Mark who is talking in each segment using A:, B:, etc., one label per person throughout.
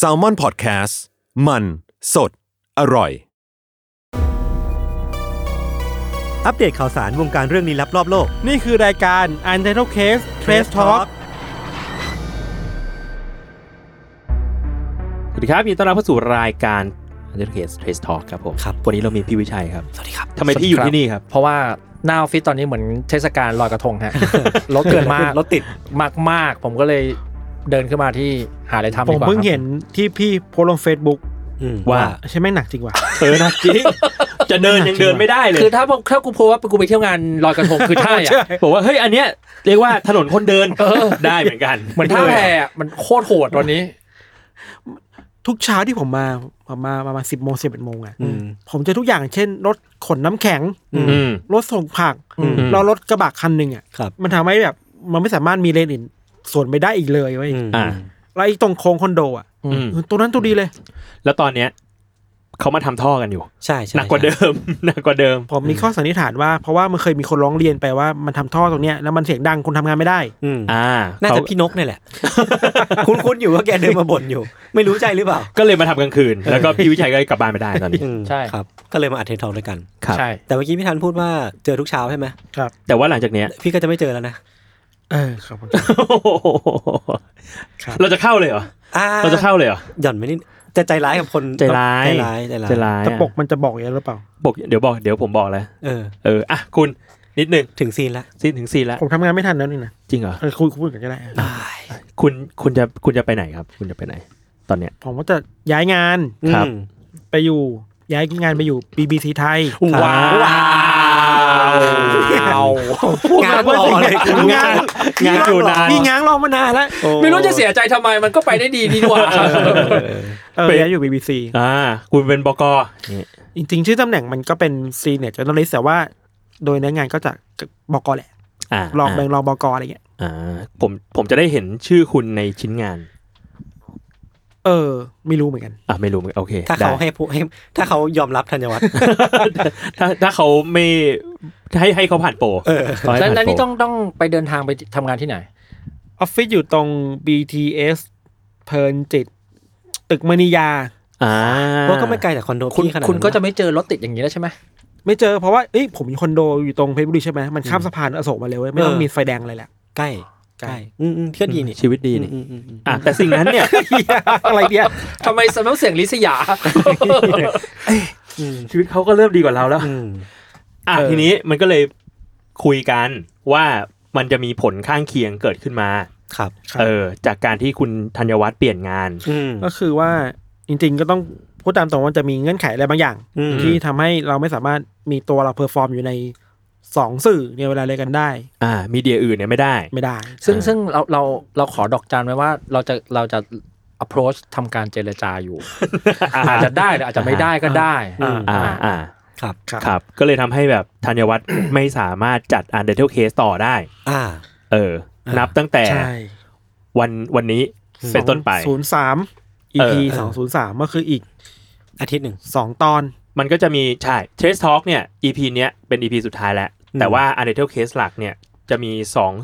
A: s a l m o n PODCAST มันสดอร่อย
B: อัปเดตข่าวสารวงการเรื่องลี้ลับรอบโลก
C: นี่คือรายการ u n t i t l e d Case Trace Talk สวัสดีครับยินดีต้อนรับเข้าสู่รายการ u n t i t l e d Case Trace Talk ครับผม
B: ครับ
C: วันนี้เรามีพี่วิชัยครับ
B: สวัสดีครับ
C: ทำไมพี่อยู่ที่นี่ครับ
D: เพราะว่าหน้าออฟฟิศตอนนี้เหมือนเทศกาลลอยกระทง ฮะ รถเกินมาก
B: รถติด
D: มากมากๆ ผมก็เลยเดินขึ้นมาที่หาอะไรทำ
E: ผ
D: ดี
E: ม
D: กว่า
E: เพิ่ง
D: ครับ
E: เห็นที่พี่โพสต์ลง Facebook
C: ว่า
E: ใช่ไหมหนักจริงว่ะ
C: เอ อนะจริง จะเดินยังเดินไม่ได้เลย
D: คือถ้าผมถ้ากูโพสต์ว่ากูไปเที่ยวงานลอยกระทงคือท่าอะ
C: บอกว่า เฮ้ย อันเนี้ยเรียกว่าถนนคนเดินได้เหมือนกัน
D: เหมือนท่าแพอะมันโคตรโหดตอนนี้
E: ทุกเช้าที่ผมมาผมมาประมาณสิบโมงสิบเอ็ดโมงอ่ะผมเจอทุกอย่างเช่น รถขนน้ำแข็ง
C: อืม
E: รถส่งผัก
C: อืม
E: เรารถกระบะคันหนึ่งอ่ะ
B: ครับ
E: มันทำให้แบบ มันไม่สามารถมีเลนอื่นสวนไปได้อีกเลยเว้ย
C: อ่า
E: แล้วไอ้ตรงโค้งคอนโดอ่ะ
C: อืม
E: ตัวนั้นตัวดีเลย
C: แล้วตอนเนี้ยเขามาทำท่อกันอยู่
B: ใช่ใช่
C: หนักกว่าเดิม หนักกว่าเดิม
E: ผมมีข้อสันนิษฐานว่า เพราะว่ามันเคยมีคนร้องเรียนไปว่ามันทำท่อตรงเนี้ยแล้วมันเสียงดังคนทำงานไม่ได้
B: อืม
C: อ่า
B: น่า
C: เขา
B: จะพี่นกเนี่ยแหละ คุ้นคุ้นอยู่ว่าแกเดินมาบ่นอยู่ ไม่รู้ใจหรือเปล่า
C: ก็เลยมาทำกลางคืน แล้วก็พี่วิชัยก็กลับบ้านไม่ได้ตอนนี้
B: ม
D: ใช่
B: ครับ ก็เลยมาอัดเทปทองด้วยกัน
C: ครับ
D: ใช่
B: แต่เมื่อกี้พี่ทันพูดว่าเจอทุกเช้าใช่ไหม
C: แต่ว่าหลังจากเนี้ย
B: พี่ก็จะไม่เจอแล้วนะ
E: เออครับผม ครับ
C: เราจะเข้าเลยเหรอ
B: อ่
C: เราจะเข้าเลยเหรอ
B: หย่อนไม่นิดจะใจร้ายกับคน
C: ใจร้าย
B: ใจร้ายใจร้าย
C: จะร้าย
E: ตะ
C: อะ
E: ปกมันจะบอกอย่างนั้นหรือเปล่า
C: ปกเดี๋ยวบอกเดี๋ยวผมบอกแล้ว
B: เออ
C: เออ อ่ะ คุณนิดนึง
B: ถึงซีนละ
C: ซีนถึงซีนแล้ว
E: ผมทำงานไม่ทันแล้วนี่นะ
C: จริงเหรอ
E: เออคุยคุยกันก็ได้อะ
C: คุณคุณจะคุณจะไปไหนครับ คุณจะไปไหน ตอนเนี้ย
E: ผมว่าจะย้ายงาน
C: ครับ
B: อืม
E: ไปอยู่ย้ายงานไปอยู่ BBC ไทย
B: ว้าว
C: ว้าว
B: งานรอเลยคุณ
E: งาน
C: งานอยู่นาน
E: มีง้างรอมานานแล้ว
B: โอ้
D: ไม่รู้จะเสียใจทำไมมันก็ไปได้ดีดี กว่า
B: เออ
E: เออ
C: เป็น
E: ย้ายอยู่ BBC
C: อ่า คุณเป็นบกนี่
E: จริงๆ ชื่อตำแหน่งมันก็เป็น Senior Journalist แต่ว่า โดยเนื้องานก็จะบอกอแหละ
C: อ่าร
E: องแบ
C: าง
E: รองบอกออะไรเงี้ย
C: อ่า ผมผมจะได้เห็นชื่อคุณในชิ้นงาน
E: เออ ไม่รู้เหมือนกัน
C: อ่ะไม่รู้เหมือนกันโอเค
B: ถ้าเขา
C: ได้
B: ให้พูให้ถ้าเขายอมรับธัญวัฒน์
C: ถ้าถ้าเขาไม่ให้ให้เขาผ่านโปร
B: เออ
C: ขให้
D: แล้ว
C: ผ่า
D: แล้ว
C: โปร
D: นี่ต้องต้องไปเดินทางไปทำงานที่ไหน
E: ออฟฟิศอยู่ตรง BTS เพลินจิต ตึกมณียา
C: อ่า
B: เพราะก็ไม่ไกลจากคอนโด
D: คุณ
B: พี่ขนาดนั้น
D: คุณก็จะไม่เจอรถติดอย่างนี้แล้วใช่ไหม
E: ไม่เจอเพราะว่าเอ้ยผมอยู่คอนโดอยู่ตรงเพชรบุรีใช่ไหมมันข้ามสะพานอโศกมาเลยเว้ยไม่ต้องมีไฟแดงอะไรแหละ
B: ใกล้
E: ใก
B: ใก
E: ล้
B: ล้อืมอืมก็ดีนี่
C: ชีวิตดีนี่
B: อืมอืมอืม
C: อ่ะแต่สิ่งนั้นเนี่ย
E: อะไรเนี่ย
D: ทำไมสำนักเสียงลิสยา
C: ชีวิตเขาก็เริ่มดีกว่าเราแล้ว
B: อืม
C: อ่ะทีนี้มันก็เลยคุยกันว่ามันจะมีผลข้างเคียงเกิดขึ้นมา
B: ครับ
C: เออ จากการที่คุณธัญวัฒน์เปลี่ยนงาน
B: อืม
E: ก็คือว่าจริง ๆ ก็ต้องพูดตามตรงว่าจะมีเงื่อนไขอะไรบางอย่าง
B: อืม
E: ที่ทำให้เราไม่สามารถมีตัวเราเพอร์ฟอร์มอยู่ในสองสื่อในเวลาเดียวกันได้
C: อ่า มีเดียอื่นเนี่ยไม่ได้
E: ไม่ได้
D: ซึ่ง
C: อ่า
D: ซึ่งเราเราเราขอดอกจันไว้ว่าเราจะเราจะ approach ทำการเจรจาอยู่ อาจจะได้หรืออาจจะไม่ได้ก็ได้
B: อ่า
C: อ่า อ่า
B: ครับ
C: ครับ ก็เลยทำให้แบบธัญวัฒน์ ไม่สามารถจัดอันเดอร์เทลเคสต่อได้
B: อ่า
C: เออ นับตั้งแต่
E: ใช่
C: วันวันนี้เป็นต้นไป
E: ศูนย์สาม
C: เอ
E: EP
C: อ
E: สองศูนย์สามก็คืออีก
B: อาทิตย์หนึ่ง
E: สองตอน
C: มันก็จะมีใช่เทสทอล์กเนี่ย EP เนี้ยเป็น EP สุดท้ายแล้ว
B: อืม
C: แต่ว่าอันเดอร์เคสหลักเนี่ย จะมี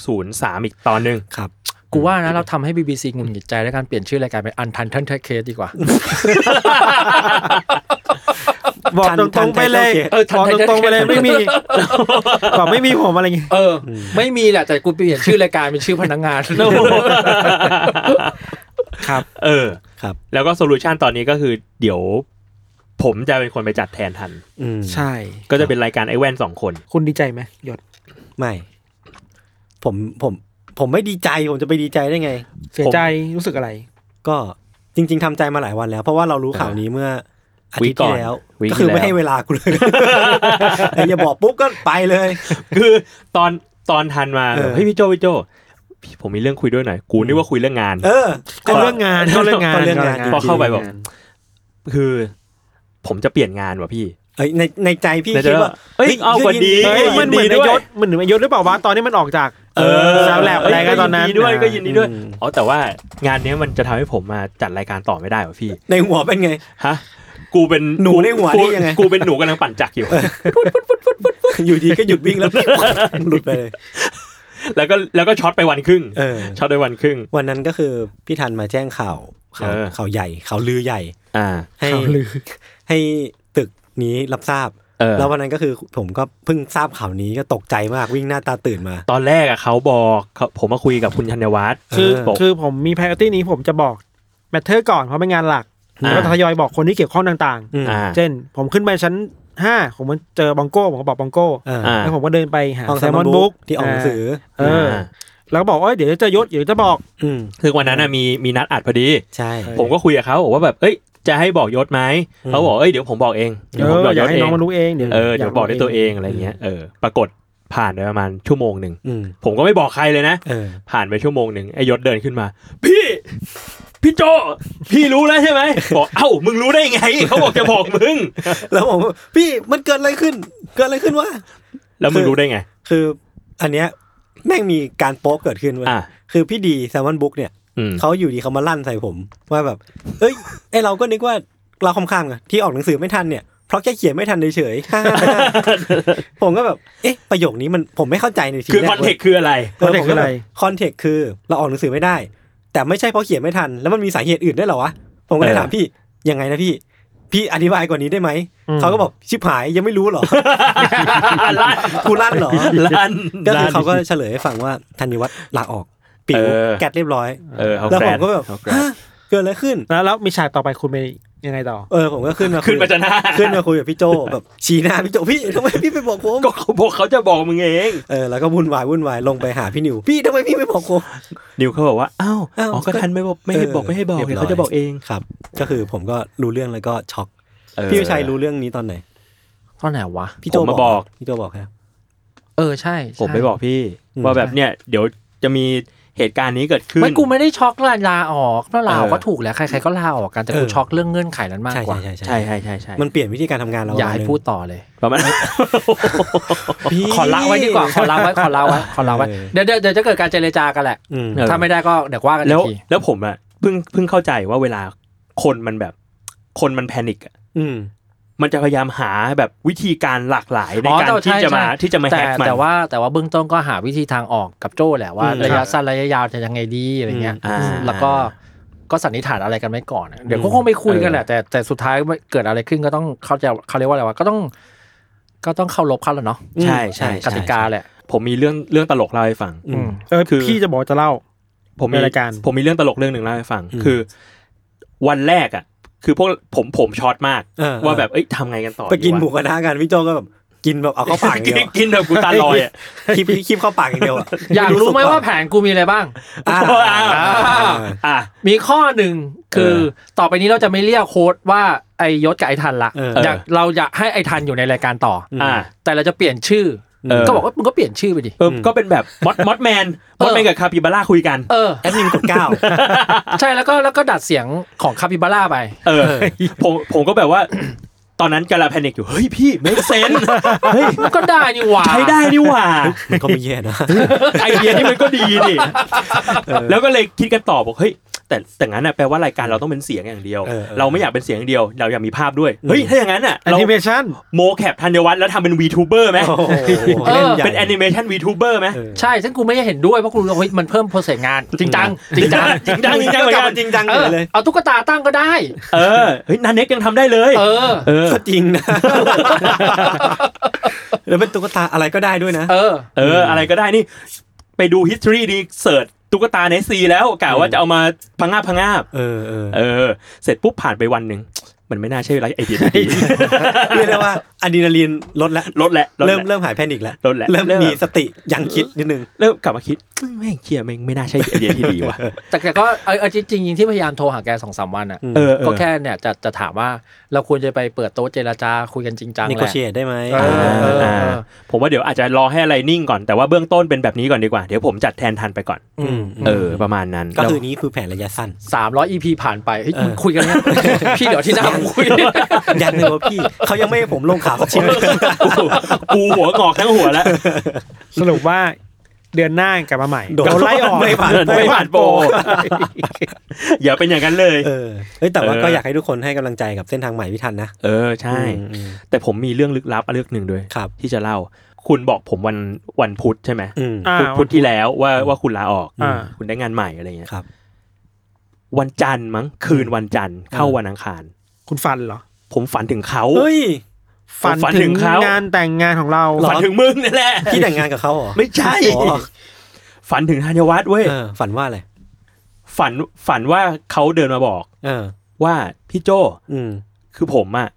C: 203 อีกตอนหนึ่ง
B: ครับ
D: กูว่านะเราทำให้ BBC หงุดหงิดใจด้วยการเปลี่ยนชื่อรายการเป็นอันทันทันเทเคสดีกว่า
E: บอก
B: ทัน
E: ต
B: ทัน
E: รงๆไปเลย
B: ทัน
D: เออทัน
E: บอกตรงๆไปเลย
D: ทัน
E: ไม่มีบอกไม่มีผมอะไรเงี้ย
D: เออ ไม่มีแหละแต่กูเปลี่ยนชื่อรายการเป็นชื่อพนักงาน
E: ครับ
C: เออ
B: ครับ
C: แล้วก็โซลูชันตอนนี้ก็คือเดี๋ยว ผมจะเป็นคนไปจัดแทนทัน
B: อืม
E: ใช่
C: ก็จะเป็นรายการไอ้แว่นสองคน
E: คุณดีใจไหมหยด
B: ไม่ ผม ผม ผมไม่ดีใจ ผมจะไปดีใจได้ไง
E: เสียใจรู้สึกอะไร
B: ก็จริง ๆทำใจมาหลายวันแล้ว เพราะว่าเรารู้ข่าวนี้เมื่ออาทิตย์ที่แล้ว
C: วีคก่อน
B: ก็คือไม่ให้เวลากูเลย ไอ้อย่าบอกปุ๊บก็ไปเลย
C: คือตอนตอนทันมา
B: เออ
C: เฮ้ยพี่โจพี่โจ พี่ผมมีเรื่องคุยด้วยหน่อยกูนึกว่าคุยเรื่องงาน
B: เออ
E: ก็เรื่องงานก็เรื่องงาน
C: ก็เรื่องงาน
E: ก็
C: พอเข้าไปแบบ
E: จริง
C: คือ ผมจะเปลี่ยนงานว่ะพี่
B: เอ้ยในในใจพี่
C: แล้วจะ
B: คิดว่า
C: เอ้ยเอาวันดี
E: เฮ้ยมันเหมือน
C: ยิ
E: นาย
C: ด้วย
E: ศมันเหมือนนายศหรือเปล่าวะตอนนี้มันออกจาก
C: เออ
E: สาวแลบอะไรกันตอนนั้น
C: ยิดีด้วยก็ยินดีด้วย
B: อืม
C: อ๋อแต่ว่างานเนี้ยมันจะทำให้ผมมาจัดรายการต่อไม่ได้ว่ะพี่
B: ในหัวเป็นไง
C: ฮะ กูเป็น
B: หนูในหัวนี่ยังไง
C: กูเป็นหนูกำลังปั่นจักรอยู่
B: อยู่ดีก็หยุดวิ่ง แล้ว หลุดไปเลย
C: แล้วก็แล้วก็ช็อตไปวันครึ่ง
B: เออ
C: ช็อตไปวันครึ่ง
B: วันนั้นก็คือพี่ทันมาแจ้งข่าวข่าว
C: เออ
B: ข่าวใหญ่ข่าวลือใหญ่
C: อ่า
B: ให้
E: ข่าวลือ
B: ให้ตึกนี้รับทราบ
C: เออ
B: แล้ววันนั้นก็คือผมก็เพิ่งทราบข่าวนี้ก็ตกใจมากวิ่งหน้าตาตื่นมา
C: ตอนแรกอะเขาบอกเขาผมมาคุยกับคุณธัญวัฒน์
E: คือ
C: บอก
E: คือผมมี p r i o r i t y นี้ผมจะบอกแมทเทอร์ก่อนเพราะเป็นงานหลัก
C: อ่า
E: แล้วก็ทยอยบอกคนที่เกี่ยวข้องต่าง
B: อืม
C: อ่า
E: ๆ เช่น ผมขึ้นไปชั้นห้าผมมันเจอบองโก้ผมก็บอกบองโก้
B: อ่า
C: อ่า
E: แล้วผมก็เดินไปหา
B: ห้อง
E: แซ
B: แซ
E: ม
B: ม
E: ม
B: ม
E: อ
B: อน น
E: บุ๊
B: บุ๊
E: ก
B: กที่ออกหนังสือ
E: เออ
C: อ่า
E: แล้วก็บอกเอ้ยเดี๋ยวจะยศเดี๋ยวจะบอก
B: อืม
C: คือวันนั้นอะมีมีนัดอัดพอดี
B: ใช่
C: ผมก็คุยกับเขาบอกว่าแบบ เอ้ย จะให้บอกยศไหม
B: อืม
C: เขาบอก เอ้ย เดี๋ยวผมบอกเอง
E: เอ
C: เดี๋ยวผม
E: อ
C: บอก
E: อย ยาก
C: ศ
E: ให้
C: เอ
E: น้อง
C: ง
E: มันรู้เองเดี๋ยว
C: เออ เดี๋ยวบอกด้วยตัวเองอะไรเงี้ย เออ ปรากฏผ่านไปประมาณชั่วโมงหนึ่ง
B: อืม
C: ผมก็ไม่บอกใครเลยนะ
B: เออ
C: ผ่านไปชั่วโมงหนึ่งไอ้ยศเดินขึ้นมา พี่ พี่โจ พี่รู้แล้วใช่ไหม บอก เอ้า มึงรู้ได้ไง เขาบอกจะบอก มึง
B: แล้วผมก็พี่มันเกิดอะไรขึ้น เกิดอะไรขึ้นวะ
C: แล้วมึงรู้ได้ไง
B: คืออันเนี้ยแม่งมีการโป๊กเกิดขึ้นเว้ย
C: อ่ะ
B: คือพี่ดีแซมมอนบุ๊กเนี่ย
C: อืม
B: เขาอยู่ดีเขามาลั่นใส่ผมว่าแบบ เอ้ยไอเราก็นึกว่าเราคำข้ามไงที่ออกหนังสือไม่ทันเนี่ยเพราะแค่เขียนไม่ทันเฉยๆ ผมก็แบบเอ๊ะประโยคนี้มันผมไม่เข้าใจในที
C: คือ
B: แร
C: ค
B: ก
C: อนเทกคืออะไร
E: คอนเทกต์คืออะไร
B: คอนเทกคือเราออกหนังสือไม่ได้ แต่ไม่ใช่เพราะเขียนไม่ทัน แล้วมันมีสาเหตุอื่นได้วยเหรอวะผมก็เลย
C: เออ
B: ถามพี่ยังไงนะพี่ พี่อธิบายกว่านี้ได้ไหม
E: อืม
B: เขาก็บอกชิบหายยังไม่รู้เห รอ
C: ลั่น
B: กูลั่นเหรอ
C: ลั่น
B: ก็คือเขาก็เฉลยให้ฟังว่าธัญวัฒน์ลาออกปิว
C: เออ
B: แกดเรียบร้อย
C: เออเขา
B: แล้ว
C: แกร
B: ผม
C: ด
B: ก็แบบ
C: เขาแกรด
B: ฮะเกิดอะไรขึ้น
E: แล้วแล้วมีฉากต่อไปคุณเป็นยังไงต่อ
B: เออผมก็ขึ้นมาคุย
C: ขึ้นมาจะหน้า
B: ขึ้นมาคุยกับพี่โจแบบชี้หน้าพี่โจพี่ทำไมพี่ไปบอกผม
C: ก็เขาบอกเขาจะบอกมึงเอง
B: เออแล้วก็วุ่นวายวุ่นวายลงไปหาพี่นิว พี่ทำไมพี่ไม่บอกผม
C: นิวเขาบอกว่า อ้าว
B: อ้าว
C: อ๋อ ก็
B: ก็
C: ทันไม่บอกไม่ให้บอก
B: เออ
C: ไม่ให้บอก
B: เรี
C: เดี๋
B: ยว
C: ย
B: บร้อย
C: เขาจะบอกเอง
B: ครับ ก็คือผมก็รู้เรื่องแล้วก็ช็อก
C: เออ
B: พี่วิชัยรู้เรื่องนี้ตอนไหน
D: ตอนไหนวะ
B: พี่โจ
C: ผมมาบอก
B: พี่โจบอกครับ
D: เออใช่ใช่
C: ผมไปบอกพี่
B: อืม
C: ว่าแบบเนี่ย เดี๋ยวจะมีเหตุการณ์นี้เกิดขึ้น
D: ไม่กูไม่ได้ช็อกลาลาออกเพราะลาออก
C: เออ
D: ก็ถูกแหละใครๆก็ลาออกกันแต่กู
B: เออ
D: ช็อกเรื่องเงื่อนไขนั้นมาก
B: ใช่
D: กว่า
B: ใช่ใช่
C: ใช่ใช่ใช่ใช่
B: มันเปลี่ยนวิธีการทำงานเรา
D: อย่า
B: ห
D: ให้
B: นึ่ง
D: พูดต่อเลย
C: ประมาณ
D: ขอละไว้ดีกว่าขอละไว้ขอละไว้ขอละไว้
B: เออ
D: เดี๋ยวเดี๋ยวเดี๋ยวจะเกิดการเจรจากันแหละ
B: อืม
C: เออ
D: ถ้าไม่ได้ก็เดี๋ยวว่ากันอี
C: แล้ว
D: กที
C: แล้วผมอะเพิ่งเพิ่งเข้าใจว่าเวลาคนมันแบบ คนมันแพนิคอะ
B: อืม
C: มันจะพยายามหาแบบวิธีการหลากหลายใน
D: อ๋อ
C: การ
D: แต่
C: ที่
D: ใช่
C: จะมา
D: ใช่
C: ที่จะมา
D: แต่
C: แฮกมัน
D: แต่ว่าแต่ว่าเบื้องต้นก็หาวิธีทางออกกับโจ้แหละว่า
C: อืม
D: ระยะสั้นระยะยาวจะยังไงดีอะไรเงี้ย
C: อืมอ่า
D: แล้วก็ก็สันนิษฐานอะไรกันไว้ก่อนอะเดี๋ยวก็คงไปคุยกันแหละแต่แต่สุดท้ายเกิดอะไรขึ้นก็ต้องเขาจะเขาเรียกว่าอะไรวะก็ต้อง ก็ต้องเคารพเขาแล้วเนาะ
C: ใช่ใช่ใช่
D: กติกาแหละ
C: ผมมีเรื่องเรื่องตลกเล่าให้ฟัง
B: อืม
E: เออ
C: คือ
E: พี่จะบอกจะเล่า
C: ผมมี
E: ในรายการ
C: ผมมีเรื่องตลกเรื่องหนึ่งเล่าให้ฟัง
B: อืม
C: คือ วันแรกอะคือพวกผมผมช็อตมาก
B: เออ
C: ว่าแบบเอ้ยทำไงกันต่อ
B: ไปกินห
C: ดี
B: มู
C: วะ
B: กระทะกันพี่โจก็แบบกินแบบเอาเข้าปากอย่างเดี ยว
C: กินแบบกูตาลอยอะ
B: คลิปคลิปเข้าปากอย่างเดียวอะ
D: อยากรู้ไหม ว่าแผนกูมีอะไรบ้าง
B: อ่า
C: อ่า อ่ะ
D: มีข้อหนึ่งคือ
C: เออ
D: ต่อไปนี้เราจะไม่เรียกโค้ดว่าไอยศกับไอทันละ
B: เออ
D: อ
B: อ
D: ยากเราอยากให้ไอทันอยู่ในรายการต่ออ
C: อ่า
D: แต่เราจะเปลี่ยนชื่อ
C: เออ
D: ก็บอกว่ามึงก็เปลี่ยนชื่อไปดิ
C: เออก็เป็นแบบมอดมอดแมนมอดแมนกับคาปิบาร่าคุยกัน
D: เออ
B: แอดมินกดเก้า
D: ใช่แล้วก็แล้วก็ดัดเสียงของคาปิบาร่าไป
C: เออ ผมผมก็แบบว่า ตอนนั้นกำลังแพนิคอยู่ เฮ้ยพี่ไม่เซนเฮ้ย
D: มันก็ได้นี่หว่า
C: ใช้ได้นี่หว่า
B: มันก็ไม่แย่นะ
C: ไอเดียนี่มันก็ดีดิแล้วก็เลยคิดกันต่อบอกเฮ้ยแต่แต่งั้นน่ะแปลว่ารายการเราต้องเป็นเสียงอย่างเดียว
B: เออเออ
C: เราไม่อยากเป็นเสียงอย่างเดียว เราอยากมีภาพด้วย เฮ้ยถ้าอย่างนั้นน่ะ
E: แอ
C: เรา
E: นิเมชัน
C: โมแคปธัญวัฒน์แล้วทำเป็นวีทูเบอร์ไหม
B: โอ้โหใหญ่
C: เป็นแอนิเมชันวีทูเบอร์ไหม
B: เออ
D: ใช่ซึ่งกูไม่เห็นด้วยเพราะกูรู้ว่าเฮ้ยมันเพิ่มโปรเซสงาน จริงจังจริงจัง
C: จริงจังจริงจังเหมือนกัน
B: จริงจัง
D: เอ
B: เล
D: อย
B: เลย
D: เอาตุ๊กตาตั้งก็ได้
C: เออเฮ้ยนาเน็กยังทำได้เลย
D: เออ
C: เออ
B: ก็จริงนะ แล้วเป็นตุ๊กตาอะไรก็ได้ด้วยนะ
D: เออ
C: เออ อะไรก็ได้นี่ ไปดู history ดีเสิร์ชตุ๊กตาในซีแล้วกะว่าจะเอามาพังงาบพังงาบ
B: เออเออ
C: เออ เสร็จปุ๊บผ่านไปวันหนึ่ง มันไม่น่าใช่ไลฟ์ไอเดียที่ดี
B: เรียกได้ว่าอะดรีนาลีนลดละ
C: ลดแหละลดแห
B: เริ่
C: ละ
B: มเริ่มหายแพนิคแล้ว
C: ลดละ
B: เริ่ม
C: เริ่ม
B: มีสติยังคิดนิดนึง
C: เริ่มกลับมาคิดเอ้ยแม่งเคียแม่งไม่น่าใช่ไอเดียที่ดีว่ะ
D: แต่แต่ก็เอาเอาจริงๆจริงที่พยายามโทรหาแกสองสามวันอ่ะ
B: อืม
C: เออเออ
D: ก็แค่เนี่ยจะจะถามว่าเราควรจะไปเปิดโต๊ะเจรจาคุยกันจริงจัง
B: นิ
D: แห
B: โค
D: ละ
B: เชียได้ไหม
D: เออเออเอ
C: อ่า
D: อ
C: ผมว่าเดี๋ยวอาจจะรอให้อะไรนิ่งก่อนแต่ว่าเบื้องต้นเป็นแบบนี้ก่อนดีกว่า เดี๋ยวผมจัดแทนทันไปก่อน
B: ม
C: เออ ประมาณนั้น
B: ก็คือ
C: แล้ว
B: นี้คือแผนระยะสั้น
D: สามร้อยอีพีผ่านไปเฮ้ย
B: เออ
D: คุยกันเนี่ย พี่เดี๋ยวที่หน้าผม คุย
B: ยันเลยว่าพี่เขายังไม่ให้ผมลงข่าวสักชิ้น
C: กูกูหัวงอกทั้งหัวแล้ว
E: สรุปว่าเดือนหน้ากลับมาใหม่
B: โดน
E: นไล่ออก
B: ไม่ผ่าน
C: ไม่ผ่านโปรอย่าเป็นอย่างนั้นเลย
B: เออเฮ้ยแต่ว่า
C: เออ
B: ก็อยากให้ทุกคนให้กำลังใจกับเส้นทางใหม่พี่ทันนะ
C: เออใช่
B: อืมอืม
C: แต่ผมมีเรื่องลึกลับอันเรื่องหนึ่งด้วย
B: ครับ
C: ที่จะเล่า คุณบอกผมวันวันพุธใช่ไหม
B: อืม
E: อ่า
C: พุธพุธที่แล้วว่าว่าคุณลาออก
E: อ่า
C: คุณได้งานใหม่อะไรเงี้ย
B: ครับ
C: วันจันทร์มั้งคืนวันจันทร์เข้าวันอังคาร
E: คุณฟันเหรอ
C: ผมฝันถึงเขา
B: เฮ้ย
E: ฝัน
C: ฝันถึ
E: ถึ
C: ง
E: ง
C: เขาง
E: งานแต่งงานของเรา
C: ฝันถึงมึงนี่แหละ
B: พี่แต่งงานกับเขาเหรอ
C: ไม่ใช่
B: อ๋อ
C: ฝันถึงธัญวัฒน์เว้ย
B: เออฝันว่าอะไร
C: ฝันฝันว่าเขาเดินมาบอก
B: เออ
C: ว่าพี่โจ
B: อืม
C: คือผมอะ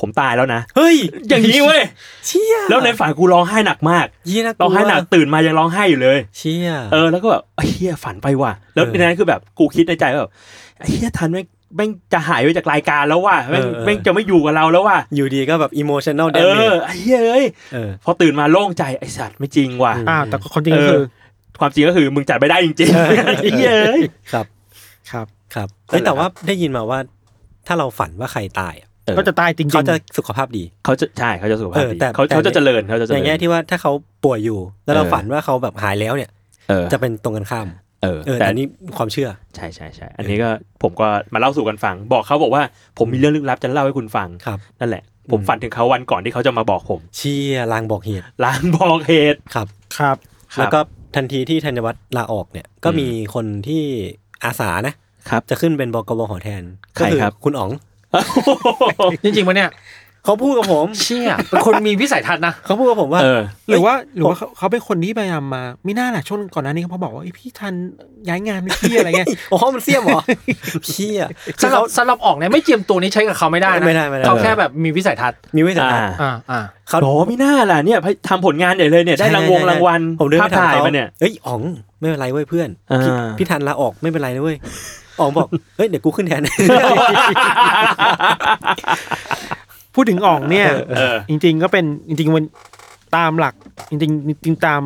C: ผมตายแล้วนะ
B: เฮ้ย
C: อย่างนี้เว้ย
B: เชี่ย
C: แล้วในฝันกูร้องไห้หนักมาก
B: ยี่นะ
C: ร้องไห้หนักตื่นมายังร้องไห้อยู่เลย
B: เชี่ย
C: เออแล้วก็แบบไอ้เฮียฝันไปว่ะ แล้ว
B: เออ
C: ในนั้นคือแบบกูคิดในใจว่าแบบไอ้เฮียทันแม่งแม่งจะหายไปจากรายการแล้วว่ะแม่ง
B: เออเออ
C: แม่งจะไม่อยู่กับเราแล้วว่ะ
B: อยู่ดีก็แบบอิโมชันแนลเด
C: เอ
B: มเ
C: อไอ้เฮียเอ้ย
B: เออ
C: พอตื่นมาโล่งใจไอสัตว์ไม่จริงว่ะ
E: อ้าวแต่คนจริงก็
C: เออ
E: คือ
C: ความจริงก็คือมึงจัดไม่ได้จริงๆไอ้เฮียเอ้ย
B: ครับ
E: ครับ
B: ครับเฮ้ย
C: นั่นแหละ
B: แต่ว่าได้ยินมาว่า ถ้าเราฝันว่าใครตายอะ
C: เออ
E: ก็จะตายจริงๆ
B: เขาจะสุขภาพดี
C: เขาจะใช่เขาจะสุขภาพ
B: เอ
C: ดี
B: อแต่
C: เขา
B: แต่
C: เขาจะเจริญเขาจะเจ
B: ใน
C: ริญ
B: แง่ที่ว่าถ้าเขาป่วยอยู่ แล้วเรา
C: เออ
B: ฝันว่าเขาแบบหายแล้วเนี่ย
C: เออ
B: จะเป็นตรงกันข้าม
C: เออ
B: เออ
C: แต่
B: แต่อันนี้ความเชื่อ
C: ใช่ใช่ใช่อันนี้ก็ผมก็มาเล่าสู่กันฟัง บอกเขาบอกว่าผมมีเรื่องลึกลับจะเล่าให้คุณฟัง
B: ครับ
C: นั่นแหละ ผม
B: อืม
C: ฝันถึงเขาวันก่อนที่เขาจะมาบอกผม
B: เชี่ยลางบอกเหตุ
C: ล้างบอกเหตุ
B: ครับ
E: ครับ
C: ครับ
B: แล้วก็ทันทีที่ธัญวัฒน์ลาออกเนี่ย ก็
C: อืม
B: มีคนที่อาสานะ
C: ครับ
B: จะขึ้นเป็นบกบหอแทน
C: ใคร
B: ก็อ
C: ครับ
B: คุณอ๋อง
D: จริงๆมันเนี่ย
B: เขาพูดกับผม
D: เชี่ยเป็นคนมีวิสัยทัศน์นะ
B: เขาพูดกับผมว่า
C: เออ
E: หรือว่าหรือว่าเขาเขาเป็นคนที่พยายามมาไม่น่าแหละช่วงก่อนหน้านี้เขาบอกว่าไอ้ยพี่ทันย้ายงานไม่พี่อะไรเงี้ย
B: โอ้โหมันเสี้ยมเหรอเชี่ยคือ
D: สำหรั
B: เขา
D: บสำหรับออกเนี่ยไม่เจียมตัวนี้ใช้กับเขาไม่ได้นะ
B: ไม่ได้ไม่ได้
D: เขาแค่แบบมีวิสัยทัศน์
B: มีไว้สัก
C: อ่า
D: อ่าอ่า
B: เขา
C: โหไม่น่าล่ะเนี่ยทำผลงานใหญ่เลยเนี่ยได้รางวง
B: ใช่ใช่
C: รางวัล
B: ผมเดิน
C: ภาพ
B: ไปถาม
C: ถ่าย
B: เขา
C: มาเนี่ย
B: เอ้ยอ๋องไม่เป็นไรเว้ยเพื่อน
C: อ่า
B: พี่พี่ทันลาออกไม่เป็นไรนะเว้ยอ๋องบอกเฮ้ยเดี๋ยวกูขึ้นแทน
E: พูดถึงอ่องเนี่ย
C: เออ
E: จริง ๆ ก็เป็นจริงๆมันตามหลัก จริงๆจริงๆตาม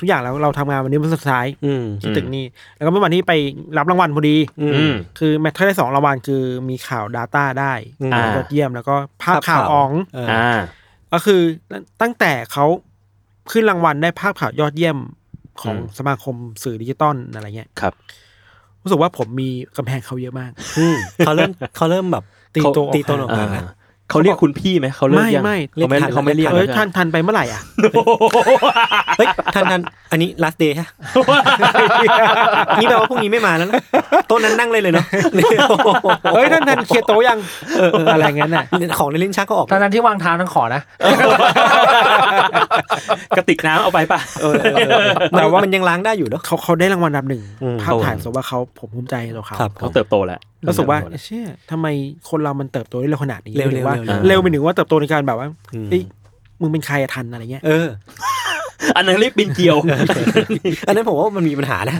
E: ทุกอย่างแล้วเราทำงานวันนี้วันสุดท้าย
B: อืม
E: ที่ตึกนี้แล้วก็เมื่อวันที่ไปรับรางวัลพอดี
B: อื
C: อื
B: ม
C: ม
E: คือแมทเทอร์ได้สองรางวัลคือมีข่าว Data ได้
B: อืม
E: ยอดเยี่ยมแล้วก็ภาพข่าวอ๋อง
B: เอออ
C: อ่า
E: ก็คือตั้งแต่เขาขึ้นรางวัลได้ภาพข่าวยอดเยี่ยมของ
C: อืม
E: สมาคมสื่อดิจิตอลอะไรเงี้ย
C: ครับ
E: รู้สึกว่าผมมีกำแพงเขาเยอะมาก
B: อืมเขาเริ่มเขาเริ่มแบบ
E: ตี
C: เขา
E: ตัวออก
B: ตีตัวออก
C: อ่าเขาเรียกคุณพี่ไหมเขาเลิกยัง
E: ไม่ไม่
C: เขาไม่เขาไม่เรียก
E: เอ้ย
C: แล้วใช่ไหม
E: ทันทันไปเมื่อไหร่อ่ะ
B: เฮ้ยทันทันอันนี้ last day ฮะ นี่แปลว่าพรุ่งนี้ไม่มาแล้วนะโต๊ะนั้นนั่งเลยเลยเนาะ
E: เฮ้ยทันทันเคลียร์โตะยังอะไรเงี้ยน่ะ
B: ของในลิ้นชักก็ออก
D: ตอนนั้นที่วางเท้าทั้งขอนะ
C: กระติกน้ำเอาไปป่ะ
B: เออเออเออมันมันยังล้างได้อยู่เนาะ
E: เขาเขาได้รางวัลอันดับหนึ่ง
B: อืม
E: ภาพถ่าย
C: โอ้
E: รู้สึกว่าเขาผมภูมิใจในตัวเขา
B: ครับ
C: เขาเติบโตแล้ว
E: รู้สึกว่าเอ้ยเชี่ยทำไมคนเรามันเติบโตได้เร็วขนาดนี้
B: เร็วๆ
E: หอว่า
B: เร็ว
C: ๆ
E: เร็วไปถึงว่าเติบโตในการแบบว่า
B: อืม
E: เอ้ยมึงเป็นใครอะทันอะไรเงี้ย
B: เออ
C: อันนั้นรีบบินเกลียว
B: อันนั้นผมว่ามันมีปัญหานะ